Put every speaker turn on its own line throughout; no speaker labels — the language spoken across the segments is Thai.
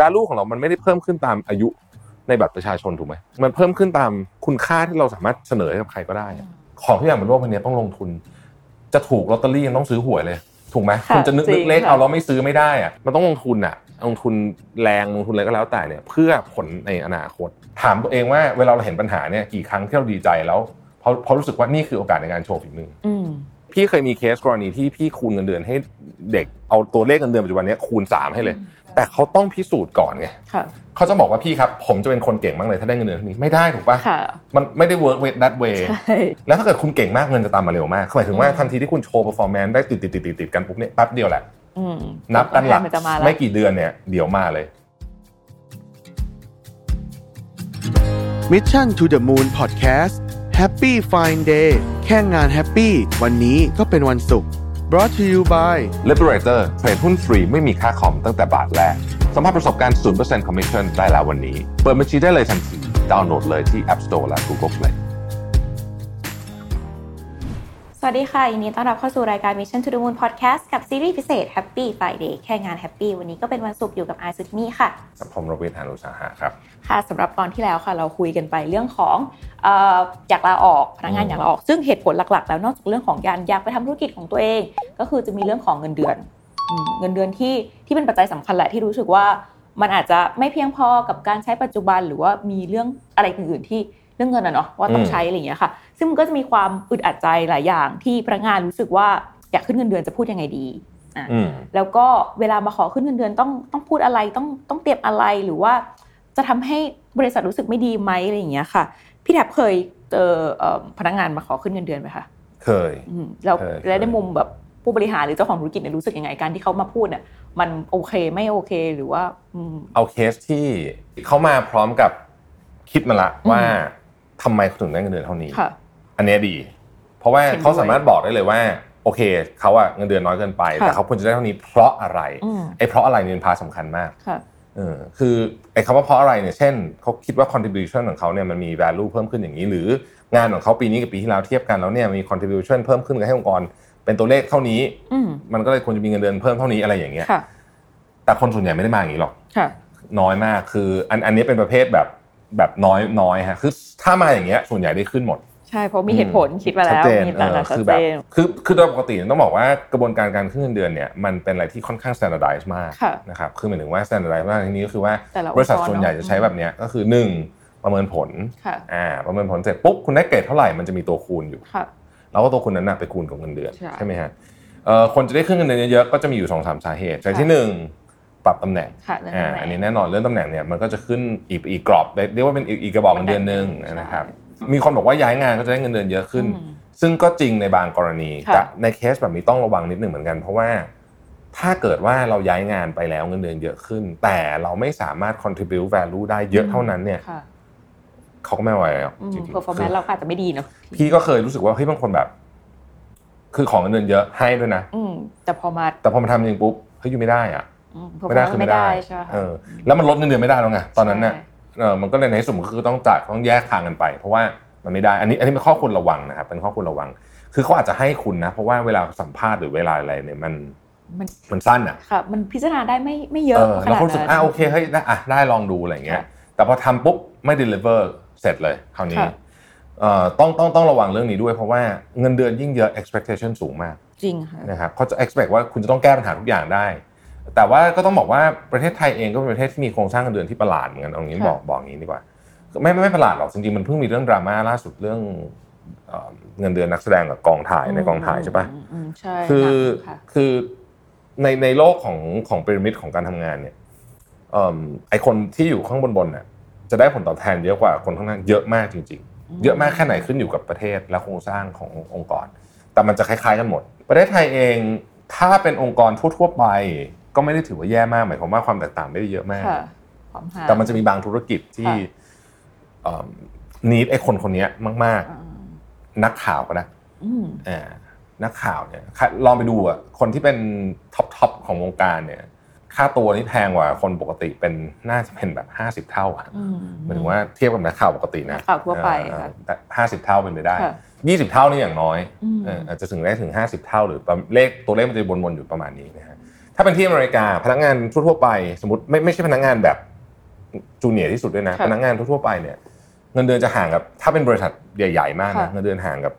value ของเรามันไม่ได้เพิ่มขึ้นตามอายุในบัตรประชาชนถูกไหมมันเพิ่มขึ้นตามคุณค่าที่เราสามารถเสนอให้กับใครก็ได้อะของทุกอย่างบนโลกวันนี้ต้องลงทุน จะถูกลอตเตอรี่ยังต้องซื้อหวยเลย ถูกไหม
ค่ะ
คุณจะนึก
จริ
นึ
ง
กเล็ก
ค่ะ
เอาแล้วไม่ซื้อไม่ได้อะมันต้องลงทุนอะลงทุนแรงลงทุนอะไรก็แล้วแต่เนี่ย เพื่อผลในอนาคต ถามตัวเองว่าเวลาเราเห็นปัญหาเนี่ยกี่ครั้งที่เราดีใจแล้วเพราะเพราะรู้สึกว่านี่คือโอกาสในการโชว์ฝีมือ
อืม
พี่เคยมีเคสกรณีที่พี่คูณเงินเดือนให้เด็กเอาตัวเลขเงินเดือนปัจจุบันเนี้ยคูณสามให้เลย แต่เขาต้องพิสูจน์ก่อนไง
ค่ะ
เขาจะบอกว่าพี่ครับผมจะเป็นคนเก่งมากเลยถ้าได้เงินเดือนเท่านี้ไม่ได้ถูกปะ
ค่ะ
มันไม่ได้ work with that way
ใช่
แล้วถ้าเกิดคุณเก่งมากเงินจะตามมาเร็วมากหมายถึงว่าทันทีที่คุณโชว์ performance ได้ติดติดติดติดติดกันปุ๊บเนี่ยแป๊บเดียวแหละ
อืม
นับกันหลัก
มันจะมาแล้ว
ไม่กี่เดือนเนี่ยเดี๋ยวมาเลย
Mission to the Moon Podcast Happy Fine Day แค่งานแฮปปี้วันนี้ก็เป็นวันศุกร์ Brought to you by
Liberator เทรดหุ้นฟรีไม่มีค่าคอมตั้งแต่บาทแรก สัมผัสประสบการณ์ 0% commission ได้แล้ววันนี้ เปิดบัญชีได้เลยทันที ดาวน์โหลดเลยที่ App Store และ Google Play
สวัสดีค่ะยินดีต้อนรับเข้าสู่รายการ Mission to the Moon Podcast กับซีรีส์พิเศษ Happy Friday แค่งาน Happy วันนี้ก็เป็นวันศุกร์อยู่กับไอซ์สุทธินี่ค่ะ
กับผมรวิทย์หานุสาหะครับ
ค่ะสำหรับตอนที่แล้วค่ะเราคุยกันไปเรื่องของเอ่ออยากลาออกพนักงาน
อืม
อยากลาออกซึ่งเหตุผลหลักๆ แล้วนอกจากเรื่องของการอยากไปทำธุรกิจของตัวเอง ก็คือจะมีเรื่องของเงินเดือนอืมเงินเดือนที่ที่เป็นปัจจัยสำคัญแหละที่รู้สึกว่า มันอาจจะไม่เพียงพอกับการใช้ปัจจุบันหรือว่ามีเรื่องอะไรอื่นๆที่เรื่องเงินอะเนาะว่าต้อง
อืม
ใช้อะไรอย่างเงี้ยค่ะ ซึ่งมันก็จะมีความอึดอัดใจหลายอย่างที่พนักงานรู้สึกว่าอยากขึ้นเงินเดือนจะพูดยังไงดี
อืม
แล้วก็เวลามาขอขึ้นเงินเดือนต้องต้องพูดอะไรต้องต้องเตรียมอะไรหรือว่า จะทำให้บริษัทรู้สึกไม่ดีไหมอะไรอย่างเงี้ยค่ะ พี่แทบเคยเจอเอ่อพนักงานมาขอขึ้นเงินเดือนไหมคะ
เคย
อืมแล้ว
เคยเคย
แล้วในมุมแบบผู้บริหารหรือเจ้าของธุรกิจเนี่ยรู้สึกยังไงการที่เขามาพูดเนี่ยมันโอเคไม่โอเคหรือว่าอืม
เอาเคสที่เขามาพร้อมกับคิดมาละ
อืม
ว่าทำไมเขาถึงได้เงินเดือนเท่านี้
ค่ะ
อันเนี้ยดี เพราะว่า
เห็นด้วย
เขาสามารถบอกได้เลยว่า โอเคเขาอะเงินเดือนน้อยเกินไป
ค่ะ
แต่เขาควรจะได้เท่านี้เพราะอะไร
อืม
ไอ้เพราะอะไรเนี่ยเป็นพาร์ทสำคัญมาก
ค่ะ
เออคือไอ้คำว่าเพราะอะไรเนี่ยเช่นเขาคิดว่า contribution ของเขาเนี่ยมันมี value เพิ่มขึ้นอย่างนี้ หรืองานของเขาปีนี้กับปีที่แล้วเทียบกันแล้วเนี่ยมี contribution เพิ่มขึ้นให้องค์กร เป็นตัวเลขเท่านี้
อืม
มันก็เลยควรจะมีเงินเดือนเพิ่มเท่านี้อะไรอย่างเงี้ย
ค่ะ
แต่คนส่วนใหญ่ไม่ได้มาอย่างนี้หรอก
ค่ะ
น้อยมากคืออันอันนี้เป็นประเภทแบบแบบน้อยน้อยฮะคือถ้ามาอย่างเงี้ยส่วนใหญ่ได้ขึ้นหมด
ใช่เพราะมีเหตุผลคิดมา
ชัด
แล้ว
เจน
มี
เอ
ตามห
อ
ลักชัด
คือ
เจ
แบบ
น
คือคือโดยปกติต้องบอกว่ากระบวนการการขึ้นเงินเดือนเนี่ยมันเป็นอะไรที่ค่อนข้าง standardize มาก
ค่ะ
นะครับคือหมายถึงว่า standardize มากในที่นี้ก็คือว่า
แต่ละองค์
บริษัท
กร
ส่วนใหญ่
เนอะ
จะใช้แบบเนี้ยก็คือ 1 ประเมินผล
ค่ะ
อ่าประเมินผลเสร็จปุ๊บคุณได้เกรดเท่าไหร่มันจะมีตัวคูณอยู่
ค่ะ
แล้วก็ตัวคูณนั้นน่ะไปคูณกับเงินเดือน
ใช่
ใช่ไหมฮะเอ่อคนจะได้ขึ้นเงินเดือนเยอะๆก็จะมีอยู่2องสามสาเหตุสาเหตุที่หนึ่งปรับตำแหน่ง
ค่ะเรื่อง
อ่า
ตำแหน่ง
อันนี้แน่นอนเรื่องตำแหน่งเนี่ยมันก็จะขึ้นอีกอีกกรอบเรียกว่าเป็นอีกอีกกระบอกเงินเดือนหนึ่ง
ใช่
นะครับมีคนบอกว่าย้ายงานก็จะได้เงินเดือนเยอะขึ้น
อืม
ซึ่งก็จริงในบางกรณี
ค่ะ
แต่ในเคสแบบนี้ต้องระวังนิดหนึ่งเหมือนกัน เพราะว่าถ้าเกิดว่าเราย้ายงานไปแล้วเงินเดือนเยอะขึ้น แต่เราไม่สามารถ contribute value ได้เยอะเท่านั้นเนี่ย
ค่ะ
เขาก็ไม่ไหวหรอก
อืม
จริงๆ
performance เราก็อาจจะไม่ดีเนาะ
พี่ก็เคยรู้สึกว่าเฮ้ยบางคนแบบ คือของเงินเดือนเยอะให้ด้วยนะ
อืมแต่พอมา
แต่พอมาทำจริงปุ๊บเฮ้ยอยู่ไม่ได้อะ
อืม
ไม่ได้คือไม่ได้
ใช่ไหมคะ
เออแล้วมันลดเงินเดือนไม่ได้แล้วไงตอนนั้นเนี่ย เออมันก็เลยในที่สุดมันก็คือต้องจ่ายต้องแยกทางกันไป เพราะว่ามันไม่ได้ อันนี้อันนี้เป็นข้อควรระวังนะครับเป็นข้อควรระวัง คือเขาอาจจะให้คุณนะ เพราะว่าเวลาสัมภาษณ์หรือเวลาอะไรเนี่ยมัน
มัน
มันสั้นอ่ะ
ค่ะ มันพิจารณาได้ไม่ไม่เย
เอ
อะ
อ
ข
แล้ว
นาด
เขารู้สึก
นั้น
อ่ะโอเคเฮ้ยได้อ่ะได้ลองดูอะไรอย่างเงี้ย
ค่ะ
แต่พอทำปุ๊บไม่ deliver เสร็จเลยคราวนี้
ค่ะ
เอ่อต้องต้องต้องระวังเรื่องนี้ด้วย เพราะว่าเงินเดือนยิ่งเยอะ expectation สูงมาก
จริงค่ะ
นะครับเขาจะ expect ว่าคุณจะต้องแก้ปัญหาทุกอย่างได้ แต่ว่าก็ต้องบอกว่าประเทศไทยเองก็เป็นประเทศที่มีโครงสร้างเงินเดือนที่ประหลาดเหมือนกันเอางี้
ค่ะ
บอกบอกงี้ดีกว่าไม่ไม่ไม่ประหลาดหรอกจริงๆมันเพิ่งมีเรื่องดราม่าล่าสุดเรื่องเอ่อเงินเดือนนักแสดงกับกองถ่ายในกองถ่ายใช่ปะ
อืมอืมใช่
คือ
ค่ะ
คือในในโลกของของพีระมิดของการทำงานเนี่ยเอิ่มไอคนที่อยู่ข้างบนบนน่ะจะได้ผลตอบแทนเยอะกว่าคนข้างล่างเยอะมากจริง ๆ เยอะมากแค่ไหนขึ้นอยู่กับประเทศและโครงสร้างขององค์กร แต่มันจะคล้ายๆกันหมด ประเทศไทยเองถ้าเป็นองค์กรทั่วๆไป ก็ไม่ได้ถือว่าแย่มากหมายความว่าความแตกต่างไม่ได้เยอะมาก
ค่ะความหา
แต่มันจะมีบางธุรกิจที่
ค่ะ
นีดไอ้คนคนเนี้ยมาก
อ่า
ๆ นักข่าวก็ได้
อืม
อ่านักข่าวเนี่ยค่ะลองไปดูอ่ะคนที่เป็นท็อปทอปของวงการเนี่ยค่าตัวนี่แพงกว่าคนปกติเป็นน่าจะเป็นแบบ 50 เท่าอะ
อืม
หมายถึงว่าเทียบกับนักข่าวปกตินะ
นักข่าวทั่วไปค่ะ
ห้าสิบเท่าเป็นไปได้
ค่ะ
ยี่สิบเท่านี่อย่างน้อย
อืม
เอออาจจะถึงได้ถึงห้าสิบเท่าหรือประมาณเลขตัวเลขมันจะวนๆอยู่ประมาณนี้นะฮะ ถ้าเป็นที่อเมริกาพนักงานทั่วๆไป สมมติไม่ไม่ใช่พนักงานแบบจูเนียร์ที่สุดด้วยนะ
ค่ะ
พนักงานทั่วๆไปเนี่ยเงินเดือนจะห่างกับ ถ้าเป็นบริษัทใหญ่ๆมาก
ค่ะ
นะเงินเดือนห่างกับ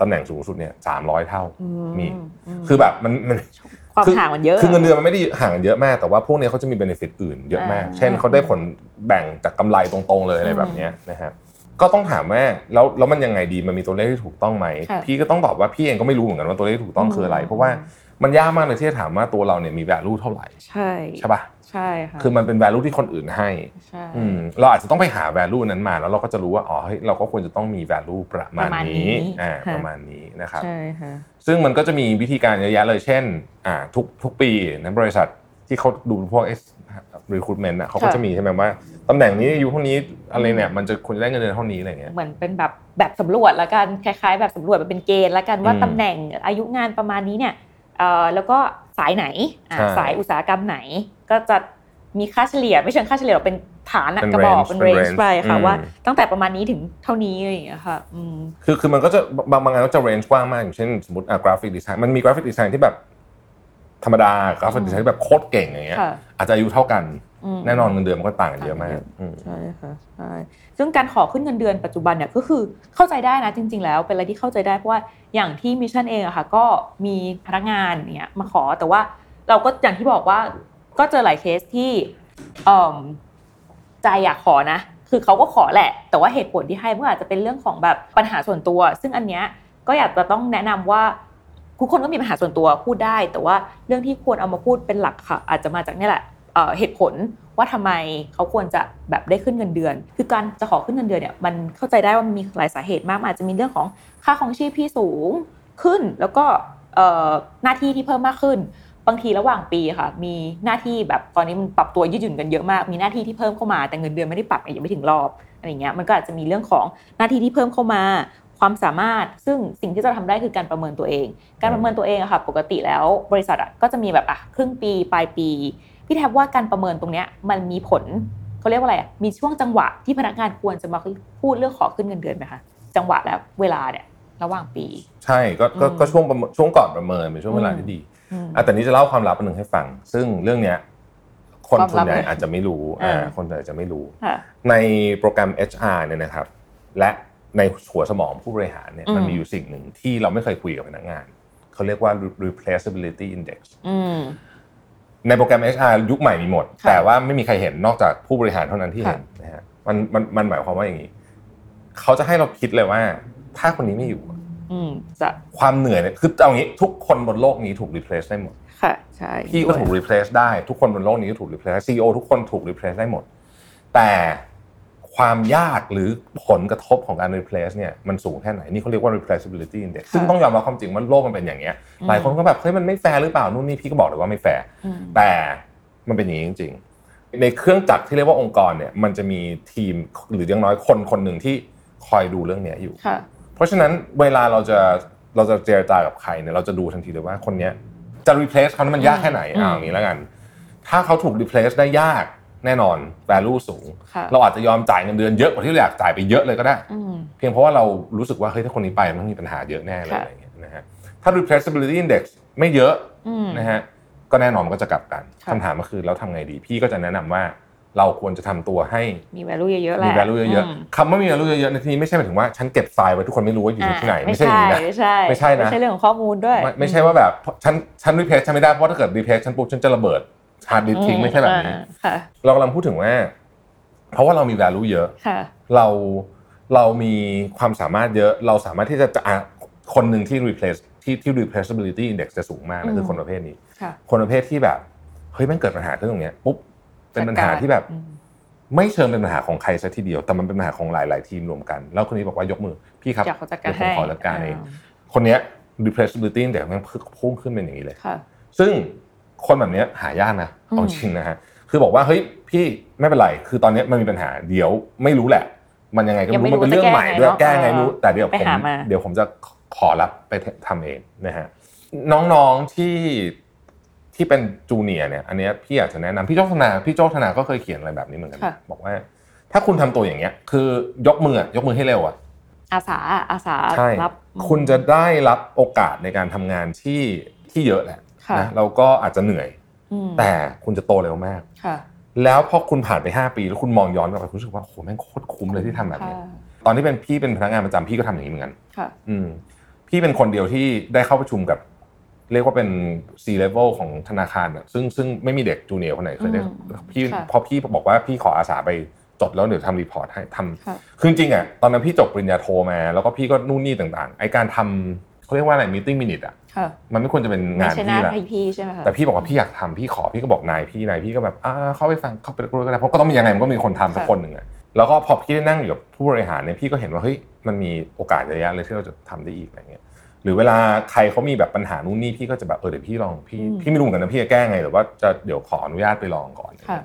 ตำแหน่งสูงสุดเนี่ยสามร้อยเท่า
อื
มี
อืม
คือแบบมันมัน
ความ
คือ
ห่างมันเยอะ
คือเงินเดือนมันไม่ได้ห่างกันเยอะมาก แต่ว่าพวกเนี้ยเขาจะมีเบนฟิตอื่นเยอะมาก
อ่า
เช่นเขาได้ผลแบ่งจากกำไรตรงๆเลยอะไร
อืม
แบบเนี้ยนะครับก็ต้องถามว่าแล้วแล้วมันยังไงดีมันมีตัวเลขที่ถูกต้องไหม
ค่ะ
พี่ก็ต้องตอบว่าพี่เองก็ไม่รู้เหมือนกันว่าตัวเลขที่ถูกต้องคืออะไร
อืม
เพราะว่ามันยากมากเลยที่จะถามว่าตัวเราเนี่ยมี value เท่าไหร่
ใช่
ใช่ป่ะ
ใช่ค่ะ
คือมันเป็น value ที่คนอื่นให้
ใช่
อืมเราอาจจะต้องไปหา value นั้นมา แล้วเราก็จะรู้ว่าอ๋อเฮ้ยเราก็ควรจะต้องมี value ประมาณนี้อ่าประมาณนี้นะครับ
ใช่ค่ะ
ซึ่งมันก็จะมีวิธีการเยอะแยะเลย เช่นอ่าทุกทุกปีนะบริษัทที่เขาดูพวก recruitment อ่ะเขาก็
ค่ะ
จะมีใช่ไหมว่าตำแหน่งนี้อายุเท่านี้อะไรเนี่ยมันจะควรจะได้เงินเดือนเท่านี้อะไรเงี้ย
เหมือนเป็นแบบแบบสำรวจละกันคล้ายๆ แบบสำรวจมันเป็นเกณฑ์ละกันว่า
อืม
ตำแหน่งอายุงานประมาณนี้เนี่ยเอ่อแล้วก็สายไหนอ่ะ
ใช่
สายอุตสาหกรรมไหน หก็จะมีค่าเฉลี่ยไม่เชิงค่าเฉลี่ยหรอกเป็นฐานอะ
เป็น
กระบอก
range
เป็น
เป็
เร
น
น
range
จ์ไปค่ะ
อืม
ว่าตั้งแต่ประมาณนี้ถึงเท่านี้อะไรอย่างเงี้ยค่ะอืม
คือคือมันก็จะบางบางงานก็จะ range กว้างมากอย่างเช่นสมมติอ่ากราฟิกดีไซน์มันมีกราฟิกดีไซน์ที่แบบธรรมดากราฟิกดีไซน์ที่แบบโคตรเก่งอย่างเงี้ย
ค่ะ
อาจจะอายุเท่ากัน
ม
แน่นอนเงินเดือนมันก็ต่างกันเยอะมา
ต่าง
ก
กันเยอะ
อืม
ใช่ค่ะใช่ซึ่งการขอขึ้นเงินเดือนปัจจุบันเนี่ยก็คือเข้าใจได้นะจริง ๆ แล้วเป็นอะไรที่เข้าใจได้เพราะว่าอย่างที่มิชชั่นเองอะค่ะก็มีพนักงานเนี่ยมาขอแต่ว่าเราก็อย่างที่บอกว่าก็เจอหลายเคสที่เอิ่มใจอยากขอนะ คือเขาก็ขอแหละ แต่ว่าเหตุผลที่ให้มันก็อาจจะเป็นเรื่องของแบบปัญหาส่วนตัว ซึ่งอันเนี้ยก็อยากจะต้องแนะนำว่า ทุกคนก็มีปัญหาส่วนตัวพูดได้ แต่ว่าเรื่องที่ควรเอามาพูดเป็นหลักค่ะ อาจจะมาจากเนี่ยแหละเอ่อเหตุผลว่าทำไมเขาควรจะแบบได้ขึ้นเงินเดือน คือการจะขอขึ้นเงินเดือนเนี่ยมันเข้าใจได้ว่ามันมีหลายสาเหตุมากมันอาจจะมีเรื่องของค่าของชีพที่สูงขึ้น แล้วก็เอ่อหน้าที่ที่เพิ่มมากขึ้น บางทีระหว่างปีค่ะ มีหน้าที่แบบตอนนี้มันปรับตัวยืดหยุ่นกันเยอะมาก มีหน้าที่ที่เพิ่มเข้ามาแต่เงินเดือนไม่ได้ปรับยังไม่ถึงรอบอะไรเงี้ยมันก็อาจจะมีเรื่องของหน้าที่ที่เพิ่มเข้ามา ความสามารถ ซึ่งสิ่งที่จะทำได้คือการประเมินตัวเอง การประเมินตัวเองอะค่ะปกติแล้วบริษัทอะก็จะมีแบบอ่ะครึ่งปีปลายปี พี่แทบว่าการประเมินตรงเนี้ยมันมีผลเขาเรียกว่าอะไรอะมีช่วงจังหวะที่พนักงานควรจะมาพูดเรื่องขอขึ้นเงินเดือนไหมคะจังหวะและเวลาเนี่ยระหว่างปี
ใช่ก็ก็
อืม
ก็ช่วงประเมินช่วงก่อนประเมินเป็นช่วงเวลาที่ดี
อืม
อ่ะแต่นี้จะเล่าความลับอันหนึ่งให้ฟัง ซึ่งเรื่องเนี้ยคน
ความ
ส่
ลั
ว
บ
นใหญ่
เลย
อาจจะไม่รู้
อ่า
อ่าคนส่วนใหญ่จะไม่รู้
ค่ะ
ในโปรแกรม HR เนี่ยนะครับและในหัวสมองผู้บริหารเนี่ย
อืม
มันมีอยู่สิ่งหนึ่งที่เราไม่เคยคุยกับพนักงาน เขาเรียกว่า replaceability index
อืม
ในโปรแกรม HR ยุคใหม่มีหมด
ค่ะ
แต่ว่าไม่มีใครเห็นนอกจากผู้บริหารเท่านั้นที่
ค่ะ
เห็นนะฮะมันมันมันหมายความว่าอย่างนี้ เขาจะให้เราคิดเลยว่า ถ้าคนนี้ไม่อยู่อะ
อืมจะ
ความเหนื่อยเนี่ยคือเอางี้ทุกคนบนโลกนี้ถูก replace ได้หมด
ค่ะใช่
พี่ก็ถูก replace ได้ทุกคนบนโลกนี้ก็ถูก replace ได้ CEO ทุกคนถูก replace ได้หมด แต่ความยากหรือผลกระทบของการ replace เนี่ยมันสูงแค่ไหน นี่เขาเรียกว่า replaceability index ซึ่งต้องยอมรับความจริงว่าโลกมันเป็นอย่างเงี้ยหลายคนก็แบบเฮ้ยมันไม่แฟร์หรือเปล่านู่นนี่พี่ก็บอกเลยว่าไม่แฟร์
อืม
แต่มันเป็นอย่างนี้จริงๆ ในเครื่องจักรที่เรียกว่าองค์กรเนี่ยมันจะมีทีมหรืออย่างน้อยคนคนหนึ่งที่คอยดูเรื่องเนี้ยอยู่
ค่ะ
เพราะฉะนั้นเวลาเราจะเราจะเจรจากับใครเนี่ยเราจะดูทันทีเลยว่าคนเนี้ยจะ replace เขานั้นมันยากแค่ไหน
อืม
อ่าอย่างนี้แล้วกัน ถ้าเขาถูก replace ได้ยากแน่นอน value สูง
ค่ะ
เราอาจจะยอมจ่ายเงินเดือนเยอะกว่าที่เราอยากจ่ายไปเยอะเลยก็ได้
อืม
เพียงเพราะว่าเรารู้สึกว่าเฮ้ยถ้าคนนี้ไปมันต้องมีปัญหาเยอะแน่เลย
ค่ะ
อะไรอย่างเงี้ยนะฮะถ้า replaceability index ไม่เยอะ
อืม
นะฮะก็แน่นอนมันก็จะกลับกัน
ค่ะ
คำถามก็คือแล้วทำไงดีพี่ก็จะแนะนำว่าเราควรจะทำตัวให้
มี value เยอะๆแหละ
มี value เยอะ
ม
ๆคำว่ามี value เยอะๆในที่นี้ไม่ใช่หมายถึงว่าฉันเก็บไฟล์ไว้ทุกคนไม่รู้ว่าอยู่ที่ไหน
อ่ะ
ไม่ใช่อย่างนี้นะ
ไม่ใช่
ไม่ใช่นะ
ไม่ใช่เรื่องของข้อมูลด้วย
ไม่ไม่ใช่ว่าแบบฉันฉันรีเพลชฉันไม่ได้เพราะถ้าเกิดรีเพลชฉันปุ๊บฉันจะระเบิดฮาร์ดดิสทิ้งไม่ใช่แบบนี้
อ่าค่ะ
เรากำลังพูดถึงว่า เพราะว่าเรามี value เยอะ
ค่ะ
เราเรามีความสามารถเยอะ เราสามารถที่จะจะอ่ะคนหนึ่งที่ replace ที่ที่ replaceability index จะสูงมาก
อื
นะ
ม
คือคนประเภทนี้
ค่ะ
คนประเภทที่แบบเฮ้ยมันเกิดปัญหาขึ้นตรงเนี้ยปุ๊บเป็นปัญหาที่แบบ
อืม
ไม่เชิงเป็นปัญหาของใครซะทีเดียว แต่มันเป็นปัญหาของหลาย ๆ ทีมรวมกัน แล้วคนนี้บอกว่ายกมือ พี่ครับ
อยากขอจัดการ
เดี๋ยวผมขอ
ให้
จัดการเอง
อ่
คนเนี้ย replaceability แต่มันพุ่งขึ้นเป็นอย่างนี้เลย
ค่ะ
ซึ่งคนแบบเนี้ยหายากนะ
อืม
เอาจริงนะฮะคือบอกว่าเฮ้ยพี่ไม่เป็นไร คือตอนเนี้ยมันมีปัญหาเดี๋ยวไม่รู้แหละ มันยังไงก็ไม่รู้มันเป็นเรื่องใหม่ด้วยแก้ไงไม่รู้แต่เดี๋ยว
ไป
ผม
หามา
เดี๋ยวผมจะขอรับไปทำเองนะฮะน้องๆที่ที่เป็นจูเนียร์เนี่ยอันเนี้ยพี่อยากจะแนะนำพี่โจธนาพี่โจธนาก็เคยเขียนอะไรแบบนี้เหมือนกัน
ค่ะ
บอกว่า ถ้าคุณทำตัวอย่างเงี้ย คือยกมืออะยกมือให้เร็วอ่ะ
อาสาอาสา
ใช่
รับ
คุณจะได้รับโอกาสในการทำงานที่ที่เยอะแหละ
ค่ะ
นะเราก็อาจจะเหนื่อย
อืม
แต่คุณจะโตเร็วมาก
ค่ะ
แล้วพอคุณผ่านไป 5 ปีแล้วคุณมองย้อนกลับไปคุณรู้สึกว่าโหแม่งโคตรคุ้มเลยที่ทำแบบ
ค่ะ
เนี้ยตอนที่เป็นพี่เป็นพนักงานประจำพี่ก็ทำอย่างนี้เหมือนกัน
ค่ะ
อืมพี่เป็นคนเดียวที่ได้เข้าประชุมกับ เรียกว่าเป็น C level ของธนาคารน่ะซึ่งซึ่งไม่มีเด็กจูเนียร์คนไหนเคยได้
อืม
พี่
ค่ะ
พอพี่บอกว่าพี่ขออาสาไปจดแล้วเดี๋ยวทำรีพอร์ตให้ท
ค่ะ
ำคือจริงๆอ่ะตอนนั้นพี่จบปริญญาโทมาแล้วก็พี่ก็นู่นนี่ต่างๆไอการทำเขาเรียกว่าอะไรมีติ้งมินิทอ่ะ
ค่ะ
มันไม่ควรจะเป็น
ไม่
งาน
ใช่หน้า
พี่ละ
พี่พี่ใช่ไหมคะ
แต่พี่บอกว่าพี่อยากทำพี่ขอพี่ก็บอกนายพี่นายพี่ก็แบบอ่าเข้าไปฟังเข้าไปรู้กันแล้วเพราะก็ต้องมียังไงมันก็มีคนทำสักคนหนึ่งอ่ะแล้วก็พอพี่ได้นั่งอยู่กับผู้บริหารเนี่ยพี่ก็เห็นว่าเฮ้ยมันมีโอกาสเยอะแยะเลยที่เราจะทำได้อีกอะไรเงี้ย หรือเวลาใครเขามีแบบปัญหานู่นนี่พี่ก็จะแบบเออเดี๋ยวพี่ลองพี่พี่ไม่รู้เหมือนกันนะพี่จะแก้ไงหรือว่าจะเดี๋ยวขออนุญาตไปลองก่อน
ค่ะ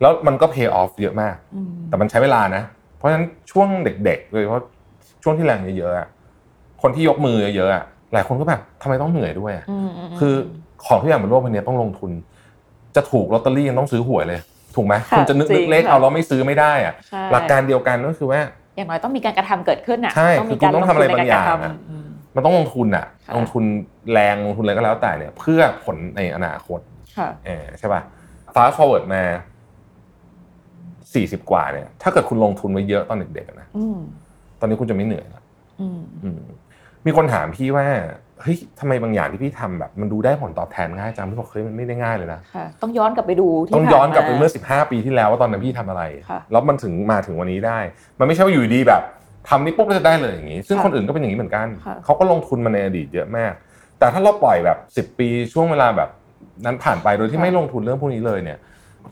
แล้วมันก็ pay off เยอะมาก
อืม
แต่มันใช้เวลานะ เพราะฉะนั้นช่วงเด็กๆเลยเพราะช่วงที่แรงเยอะๆอะคนที่ยกมือเยอะๆอะหลายคนก็แบบทำไมต้องเหนื่อยด้วยอะ
อืมมม
คือของทุกอย่างบนโลกใบนี้ต้องลงทุน จะถูกลอตเตอรี่ยังต้องซื้อหวยเลย ถูกไหม
ค่ะ
คุณจะนึก
จริ
นึ
ง
กเลข
ค่ะ
เอาแล้วไม่ซื้อไม่ได้อะ
ใช่
หลักการเดียวกันก็คือว่า
อย่างน้อยต้องมีการกระทำเกิดขึ้นน่ะ
ใช่
ต้อง
คื
มี
อคุณ
การ
ต้องทำอะไร
ลทุน
บา
ใน
งอย่าง
กรทำ
อะ
อืม
มันต้องลงทุนอะ
ค่ะ
ลงทุนแรงลงทุนอะไรก็แล้วแต่เนี่ย เพื่อผลในอนาคต
ค่ะ
เออใช่ป่ะ fast forward มาสี่สิบกว่าเนี่ย ถ้าเกิดคุณลงทุนไว้เยอะตอนเด็กๆอะนะ
อืม
ตอนนี้คุณจะไม่เหนื่อยละ
อืม
อืมมีคนถามพี่ว่าเฮ้ยทำไมบางอย่างที่พี่ทำแบบ มันดูได้ผลตอบแทนง่ายจังพี่บอกเฮ้ยมันไม่ได้ง่ายเลยนะ
ค่ะ ต้องย้อนกลับไปดูที่
ต้องย้อนกลับไปเมื่อ
ผ่า
สิบห้าปีที่แล้วว่าตอนนั้นพี่ทำอะไร
ค่ะ
แล้วมันถึงมาถึงวันนี้ได้ มันไม่ใช่ว่าอยู่ดีแบบทำนี่ปุ๊บแล้วจะได้เลยอย่างนี้ ซึ่ง
ค่ะ
คนอื่นก็เป็นอย่างนี้เหมือนกัน
ค่ะ
เขาก็ลงทุนมาในอดีตเยอะมาก แต่ถ้าเราปล่อยแบบสิบ10 ปีช่วงเวลาแบบนั้นผ่านไปโดยที่ไม่ลงทุนเรื่องพวกนี้เลยเนี่ย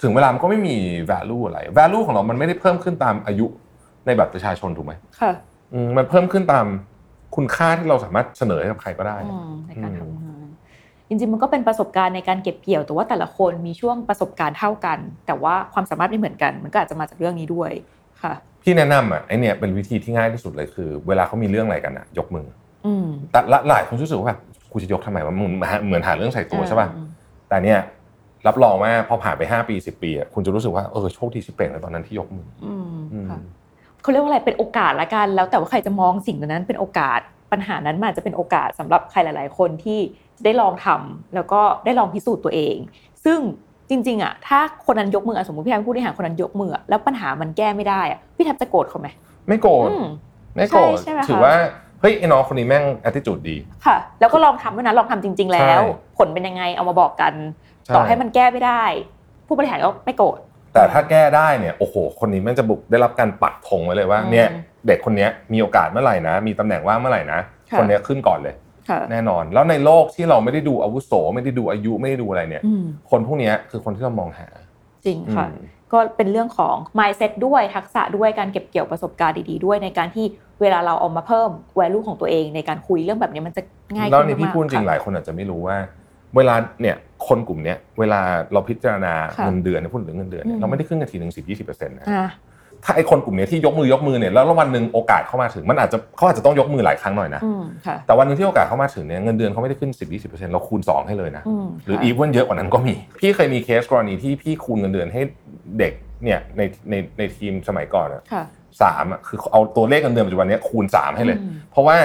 ถึงเวลามันก็ไม่มี value อะไร value ของเรามันไม่ได้เพิ่มขึ้นตามอายุในบัตรประชาชนถูกไหม
ค่ะ
อืมมันเพิ่มขึ้นตามคุณค่าที่เราสามารถเสนอให้กับใครก็ได้
อืมในการ
อืม
ทำงานจริงๆมันก็เป็นประสบการณ์ในการเก็บเกี่ยว แต่ว่าแต่ละคนมีช่วงประสบการณ์เท่ากัน แต่ว่าความสามารถไม่เหมือนกัน มันก็อาจจะมาจากเรื่องนี้ด้วยค่ะ
พี่แนะนำอ่ะไอเนี่ยเป็นวิธีที่ง่ายที่สุดเลยคือ เวลาเขามีเรื่องอะไรกันอ่ะยกมือ
อืม
แต่ละหลายคนรู้สึกว่าแบบกูจะยกทำไมวะมึงเหมือนหาเรื่องใส่ตัวใช่ป่ะ
อืม
แต่เนี่ยรับรองว่าพอผ่านไป 5 ปี 10 ปีอะคุณจะรู้สึกว่าเออโชคดีที่เป็นในตอนนั้นที่ยกมือ
อืม
อืม
ค่ะ เขาเรียกว่าอะไรเป็นโอกาสละกัน แล้วแต่ว่าใครจะมองสิ่งนั้นเป็นโอกาสปัญหานั้นมันอาจจะเป็นโอกาสสำหรับใครหลาย ๆ คนที่จะได้ลองทำแล้วก็ได้ลองพิสูจน์ตัวเอง ซึ่งจริง ๆอะถ้าคนนั้นยกมืออะสมมติพี่แทบพูดในหาคนนั้นยกมืออะแล้วปัญหามันแก้ไม่ได้อะพี่แทบจะโกรธเขาไหม
ไม่โกรธ
อืม
ไม่โกรธ
ใช่ใช่ไหมคะ
ถือว่าเฮ้ยไอ้น้องคนนี้แม่ง attitude ดี
ค่ะ แล้วก็ลองทำด้วยนะลองทำจริง ๆ แล้ว
ใช่
ผลเป็นยังไงเอามาบอกกัน
ช่
ต่อให้มันแก้ไม่ได้ ผู้บริหารก็ไม่โกรธ
แต่ถ้าแก้ได้เนี่ยโอ้โห คนนี้แม่งจะบุกได้รับการปักธงไว้เลยว่า
อืม
เนี่ยเด็กคนเนี้ยมีโอกาสเมื่อไหร่นะ มีตำแหน่งว่างเมื่อไหร่นะ
ค่ะ
คนเนี้ยขึ้นก่อนเลย
ค่ะ
แน่นอน แล้วในโลกที่เราไม่ได้ดูอาวุโสไม่ได้ดูอายุไม่ได้ดูอะไรเนี่ย
อืม
คนพวกเนี้ยคือคนที่เรามองหา
จริงค่ะ
อืม
ก็เป็นเรื่องของ mindset ด้วยทักษะด้วยการเก็บเกี่ยวประสบการณ์ดีๆ ด้วยในการที่เวลาเราเอามาเพิ่ม value ของตัวเองในการคุยเรื่องแบบนี้มันจะง่ายขึ้น
แล้วนี่พี่
มากๆ
พูดจริงห
ค่ะ
ลายคนอาจจะไม่รู้ว่า เวลาเนี่ยคนกลุ่มเนี้ยเวลาเราพิจารณา
ค่ะ
เงินเดือนเนี่ยพูดถึงเงินเดือนเนี่ย
อืม
เราไม่ได้ขึ้นกันทีหนึ่งสิบยี่สิบเปอร์เซ็นต์นะ
อ่ะ
ถ้าไอ้คนกลุ่มเนี้ยที่ยกมือยกมือเนี่ยแล้ววันหนึ่งโอกาสเข้ามาถึงมันอาจจะเขาอาจจะต้องยกมือหลายครั้งหน่อยนะ
อืมค่ะ
แต่วันหนึงที่โอกาสเข้ามาถึงเนี่ยเงินเดือนเขาไม่ได้ขึ้นสิบยี่สิบเปอร์เซ็นต์เราคูณสองให้เลยนะ
อืม
หรือ
ค่ะ
อีเวนเยอะกว่านั้นก็มี พี่เคยมีเคสกรณีที่พี่คูณเงินเดือนให้เด็กเนี่ยในในในทีมสมัยก่อนอะ
ค่ะ
สามอะคือเอาตัวเลขเงินเดือนปัจจุบันเนี้ยคูณสามให้เลย
อืม
เพราะว่า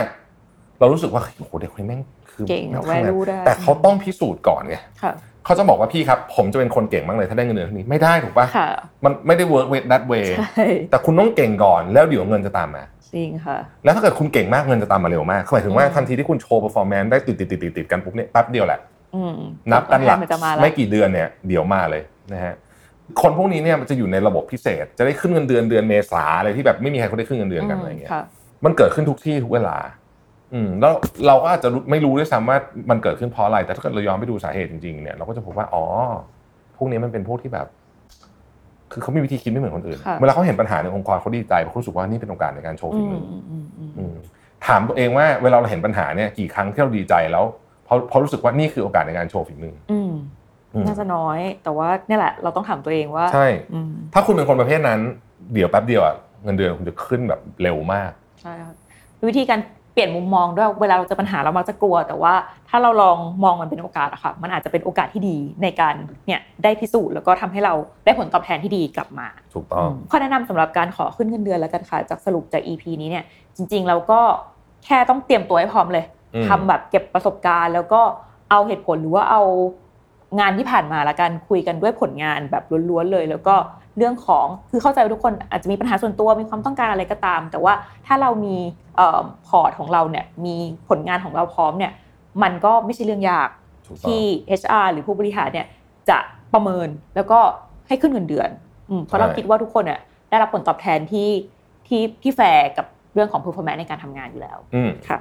เรารู้สึกว่าเฮ้ยโอ้โหเด็กคนนี้แม่งคือ
เก่งเอา
แม่ทำงาน
value ได้
แต่เขาต้องพิสูจน์ก่อนไง
ค่ะ
เขาจะบอกว่าพี่ครับ ผมจะเป็นคนเก่งมากเลยถ้าได้เงินเดือนเท่านี้ไม่ได้ถูกปะ
ค่ะ
มันไม่ได้ work with that way
ใช่
แต่คุณต้องเก่งก่อนแล้วเดี๋ยวเงินจะตามมา
จริงค่ะ
แล้วถ้าเกิดคุณเก่งมากเงินจะตามมาเร็วมากคือหมายถึงว่า
อืม
ทันทีที่คุณโชว์ performance ได้ติดติดติดติดติดกันปุ๊บเนี่ยแป๊บเดียวแหละ
อืม
นับกันหลัก
มันจะมาแล้ว
ไม่กี่เดือนเนี่ยเดี๋ยวมาเลยนะฮะคนพวกนี้เนี่ยมันจะอยู่ในระบบพิเศษ จะได้ขึ้นเงินเดือนเดือนเมษาอะไรที่แบบไม่มีใครเขาได้ขึ้นเงินเดือนกันอะไรอย่างเงี้ย
ค่ะ
มันเกิดขึ้นทุกที่ทุกเวลา อืม แล้วเราก็อาจจะรู้ไม่รู้ด้วยซ้ำว่ามันเกิดขึ้นเพราะอะไร แต่ถ้าเกิดเราย้อนไปดูสาเหตุจริงๆเนี่ยเราก็จะพบว่า อ๋อ พวกนี้มันเป็นพวกที่แบบ คือเขามีวิธีคิดไม่เหมือนคนอื่น
ค่ะ
เวลาเขาเห็นปัญหาในองค์กรเขาดีใจเพราะเขารู้สึกว่านี่เป็นโอกาสในการโชว์
อื
ฝี
ม
มืออ
อืมอืมอืม
อืมถามตัวเองว่าเวลาเราเห็นปัญหาเนี่ยกี่ครั้งที่เราดีใจแล้วเพราะเพราะรู้สึกว่านี่คือโอกาสในการโชว์ฝีมือ
อืม
อืม
น่าจะน้อย แต่ว่าเนี่ยแหละเราต้องถามตัวเองว่า
ใช่
อืม
ถ้าคุณเป็นคนประเภทนั้น เดี๋ยวแป๊บเดียวอะเงินเดือนคุณจะขึ้นแบบเร็วมาก
ใช่ครับวิธีการเปลี่ยนมุมมองด้วยเวลาเราเจอปัญหาเรามักจะกลัว แต่ว่าถ้าเราลองมองมันเป็นโอกาสอะค่ะมันอาจจะเป็นโอกาสที่ดีในการเนี่ยได้พิสูจน์แล้วก็ทำให้เราได้ผลตอบแทนที่ดีกลับมา
ถูกต้อง
ข้อแนะนำสำหรับการขอขึ้นเงินเดือนแล้วกันค่ะจากสรุปจาก EP นี้เนี่ยจริง ๆ เราก็แค่ต้องเตรียมตัวให้พร้อมเลย
อืม
ทำแบบเก็บประสบการณ์ แล้วก็เอาเหตุผลหรือว่าเอา งานที่ผ่านมาละกันคุยกันด้วยผลงานแบบล้วนๆเลย แล้วก็เรื่องของคือเข้าใจว่าทุกคนอาจจะมีปัญหาส่วนตัวมีความต้องการอะไรก็ตาม แต่ว่าถ้าเรามีเอ่อพอร์ตของเราเนี่ยมีผลงานของเราพร้อมเนี่ยมันก็ไม่ใช่เรื่องยาก
ถูกต้อง
ที่ HR หรือผู้บริหารเนี่ยจะประเมินแล้วก็ให้ขึ้นเงินเดือนอืมเพราะเรา
ใช่
คิดว่าทุกคนอ่ะได้รับผลตอบแทนที่ที่ที่แฟร์กับเรื่องของ performance ในการทำงานอยู่แล้ว
อืม
ค่ะ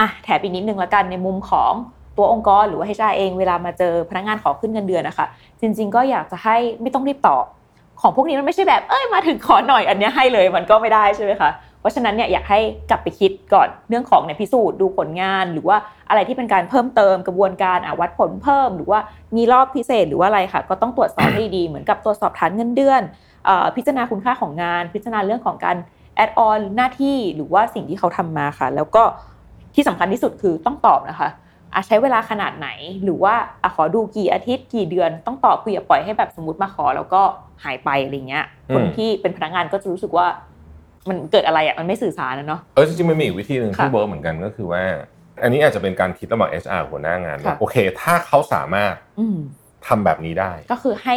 อ่ะแถมอีกนิดนึงละกันในมุมของตัวองค์กรหรือว่า HR เองเวลามาเจอพนักงานขอขึ้นเงินเดือนนะคะจริง ๆ ก็อยากจะให้ไม่ต้องรีบตอบของพวกนี้มันไม่ใช่แบบเอ้ยมาถึงขอหน่อยอันเนี้ยให้เลยมันก็ไม่ได้ใช่ไหมคะเพราะฉะนั้นเนี่ยอยากให้กลับไปคิดก่อนเรื่องของเนี่ยพิสูจน์ดูผลงาน หรือว่าอะไรที่เป็นการเพิ่มเติมกระบวนการอ่ะวัดผลเพิ่ม หรือว่ามีรอบพิเศษหรือว่าอะไรค่ะ ก็ต้องตรวจสอบให้ดีเหมือนกับตรวจสอบฐานเงินเดือนเอ่อพิจารณาคุณค่าของงาน พิจารณาเรื่องของการ แอดออนหน้าที่หรือว่าสิ่งที่เขาทำมาค่ะ แล้วก็ที่สำคัญที่สุดคือต้องตอบนะคะอาใช้เวลาขนาดไหน หรือว่าอะขอดูกี่อาทิตย์กี่เดือน ต้องตอบคืออย่าปล่อยให้แบบสมมติมาขอแล้วก็หายไปอะไรเงี้ย
อืม
คนที่เป็นพนักงานก็จะรู้สึกว่า มันเกิดอะไรอ่ะมันไม่สื่อสารนะเนาะ
เออจริงๆมันมีอีกวิธีหนึ่งที่
ค่ะ
เวิร์กเหมือนกันก็คือว่า อันนี้อาจจะเป็นการคิดระหว่าง HR กับหัวหน้างานว่า
ค่ะ
โอเค ถ้าเขาสามารถ
อืม
ทำแบบนี้ได้
ก็คือให้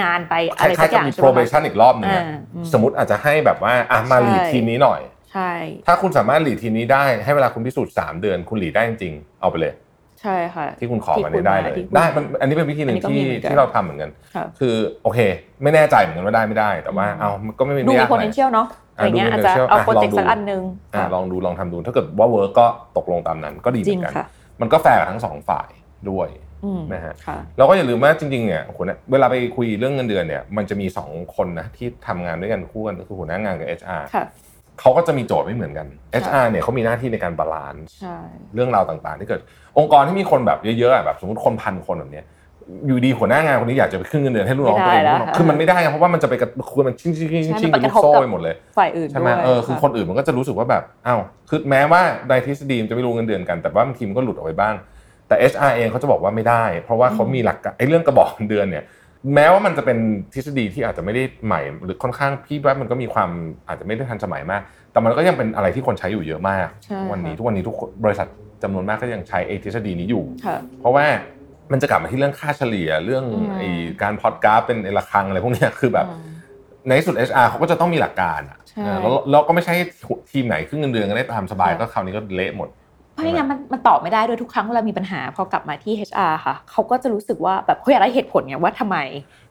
งานไป
ค
อะไร
ล้า
สั
ยๆ
กอ
กับ
ย่าง
มี
ใช่ไหมคะ
probation อีกรอบหนึ่งอะ
อ่าอืม
สมมติอาจจะให้แบบว่าอ่ะมา
ใช่
หลีดทีมนี้หน่อย
ใช่
ถ้าคุณสามารถหลีดทีมนี้ได้ให้เวลาคุณพิสูจน์3เดือน คุณหลีดได้จริงๆเอาไปเลย
ใช่ค่ะ
ที่คุณขอมาเนี่
ที่คุ
ย
ณ
ได้
มา
เลย
ที่คุณ
ได้มันอันนี้เป็นวิธีหนึ่
อัน
งที่
นี้ก็มีเหมือนกัน
ที่เราทำเหมือนกัน
ครับ
คือโอเค ไม่แน่ใจเหมือนกันว่าได้ไม่ได้ แต่ว่าเอาก็ไม่เป็น
ดู
ไม่
มี
ยากอะไร
potential เนาะอะไรเงี้ย
อ่ะ
อาจ
ดู
จะ
potential
เอา
อ่ะ
โปรเจกต์
ลองดู
สักอันนึง
อ่ะลองดูลองทำดูถ้าเกิดว่าเวิร์กก็ตกลงตามนั้น ก็ดีเห
จ
มื
ริง
อนกัน
ค่ะ
มันก็แฟร์กับทั้งสองฝ่ายด้วย
อืม
นะฮะ
ค่ะ
แล้วก็อย่าลืมว่าจริงๆเนี่ยหัวหน้าเวลาไปคุยเรื่องเงินเดือนเนี่ยมันจะมี 2 คนนะที่ทำงานด้วยกันคู่กันก็คือหัวหน้างานกับ HR
ค่ะ
เขาก็จะมีโจทย์ไม่เหมือนกัน HR เนี่ยเขามีหน้าที่ในการบาลานซ์
ใช่
เรื่องราวต่างๆ ที่เกิด องค์กรที่มีคนแบบเยอะๆอ่ะแบบสมมติคนพันคนแบบเนี้ยอยู่ดีหัวหน้างานคนนี้อยากจะไปขึ้นเงินเดือนให้ลูกน้องตัวเอง
ไม่
ลูก
ได้แล้ว
น้องคือมันไม่ได้ไงเพราะว่ามันจะไปกระคือมันชิ่งๆๆๆ
ใช่
ชิ่ง
มัน
เป็น
ก
ลูก
ระทบ
โซ่
กับ
ไปหมดเลย
ฝ่ายอื่น
ใช่ไหม
ด้วย
เออ คือคนอื่นมันก็จะรู้สึกว่าแบบ อ้าว คือแม้ว่าในทฤษฎีมันจะไม่รู้เงินเดือนกัน แต่ว่าบางทีมันก็หลุดออกไปบ้าง แต่ HR เองเขาจะบอกว่าไม่ได้ เพราะว่าเขามีหลักการไอ้เรื่องกระบอกเงินเดือนเนี่ย แม้ว่ามันจะเป็นทฤษฎีที่อาจจะไม่ได้ใหม่ หรือค่อนข้างพี่ว่ามันก็มีความอาจจะไม่ได้ทันสมัยมาก แต่มันก็ยังเป็นอะไรที่คนใช้อยู่เยอะมาก
ใช่
วันนี้
ค่ะ
ทุกวันนี้ทุกคนบริษัทจำนวนมากก็ยังใช้ไอ้ทฤษฎีนี้อยู่
ค่ะ
เพราะว่ามันจะกลับมาที่เรื่องค่าเฉลี่ยเรื่อง
อืม
ไอ้การพอดกราฟเป็นไอ้ระฆังอะไรพวกเนี้ยคือแบบ
อืม
ในที่สุด HR เขาก็จะต้องมีหลักการอะ
ใช่
เออแล้วเราก็ไม่ใช่ทีมไหนขึ้นเงินเดือนกันได้ตามสบายก็คราวนี้ก็เละหมด
เพราะไม่งั้นมันมันตอบไม่ได้ด้วยทุกครั้งเวลามีปัญหาพอกลับมาที่ HR ค่ะเขาก็จะรู้สึกว่าแบบเขาอยากได้เหตุผลไงว่าทำไม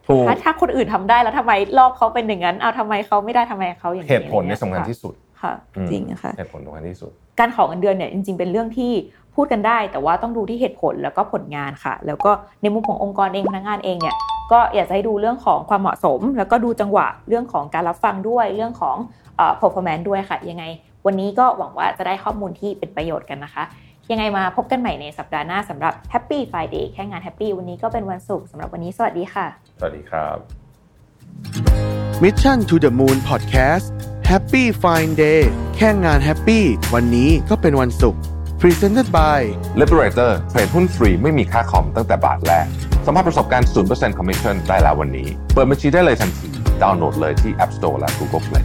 ถูก
ถ้าถ้าคนอื่นทำได้แล้วทำไมรอบเขาเป็นอย่างนั้นเอาทำไมเขาไม่ได้ทำไมเขาอย่างนี้
เหตุผลเนี่ยสำคัญที่สุด
ค่ะ
อืม
จริงนะคะ
เหตุผลสำคัญที่สุด
การของเงินเดือนเนี่ยจริง ๆ เป็นเรื่องที่พูดกันได้ แต่ว่าต้องดูที่เหตุผลแล้วก็ผลงานค่ะ แล้วก็ในมุมขององค์กรเองพนักงานเองเนี่ยก็อยากจะให้ดูเรื่องของความเหมาะสม แล้วก็ดูจังหวะเรื่องของการรับฟังด้วยเรื่องของเอ่อ performance ด้วยค่ะ ยังไง วันนี้ก็หวังว่าจะได้ข้อมูลที่เป็นประโยชน์กันนะคะ ยังไงมาพบกันใหม่ในสัปดาห์หน้าสำหรับ Happy Friday แค่งาน Happy วันนี้ก็เป็นวันศุกร์สำหรับวันนี้สวัสดีค่ะ
สวัสดีครับ
Mission to the Moon Podcast Happy Fine Day แค่งานแฮปปี้วันนี้ก็เป็นวันศุกร์ Presented by
Liberator เทรดหุ้นฟรีไม่มีค่าคอมตั้งแต่บาทแรกสัมผัสประสบการณ์ 0% commission ได้แล้ววันนี้ เปิดบัญชีได้เลยทันที ดาวน์โหลดเลยที่ App Store และ Google Play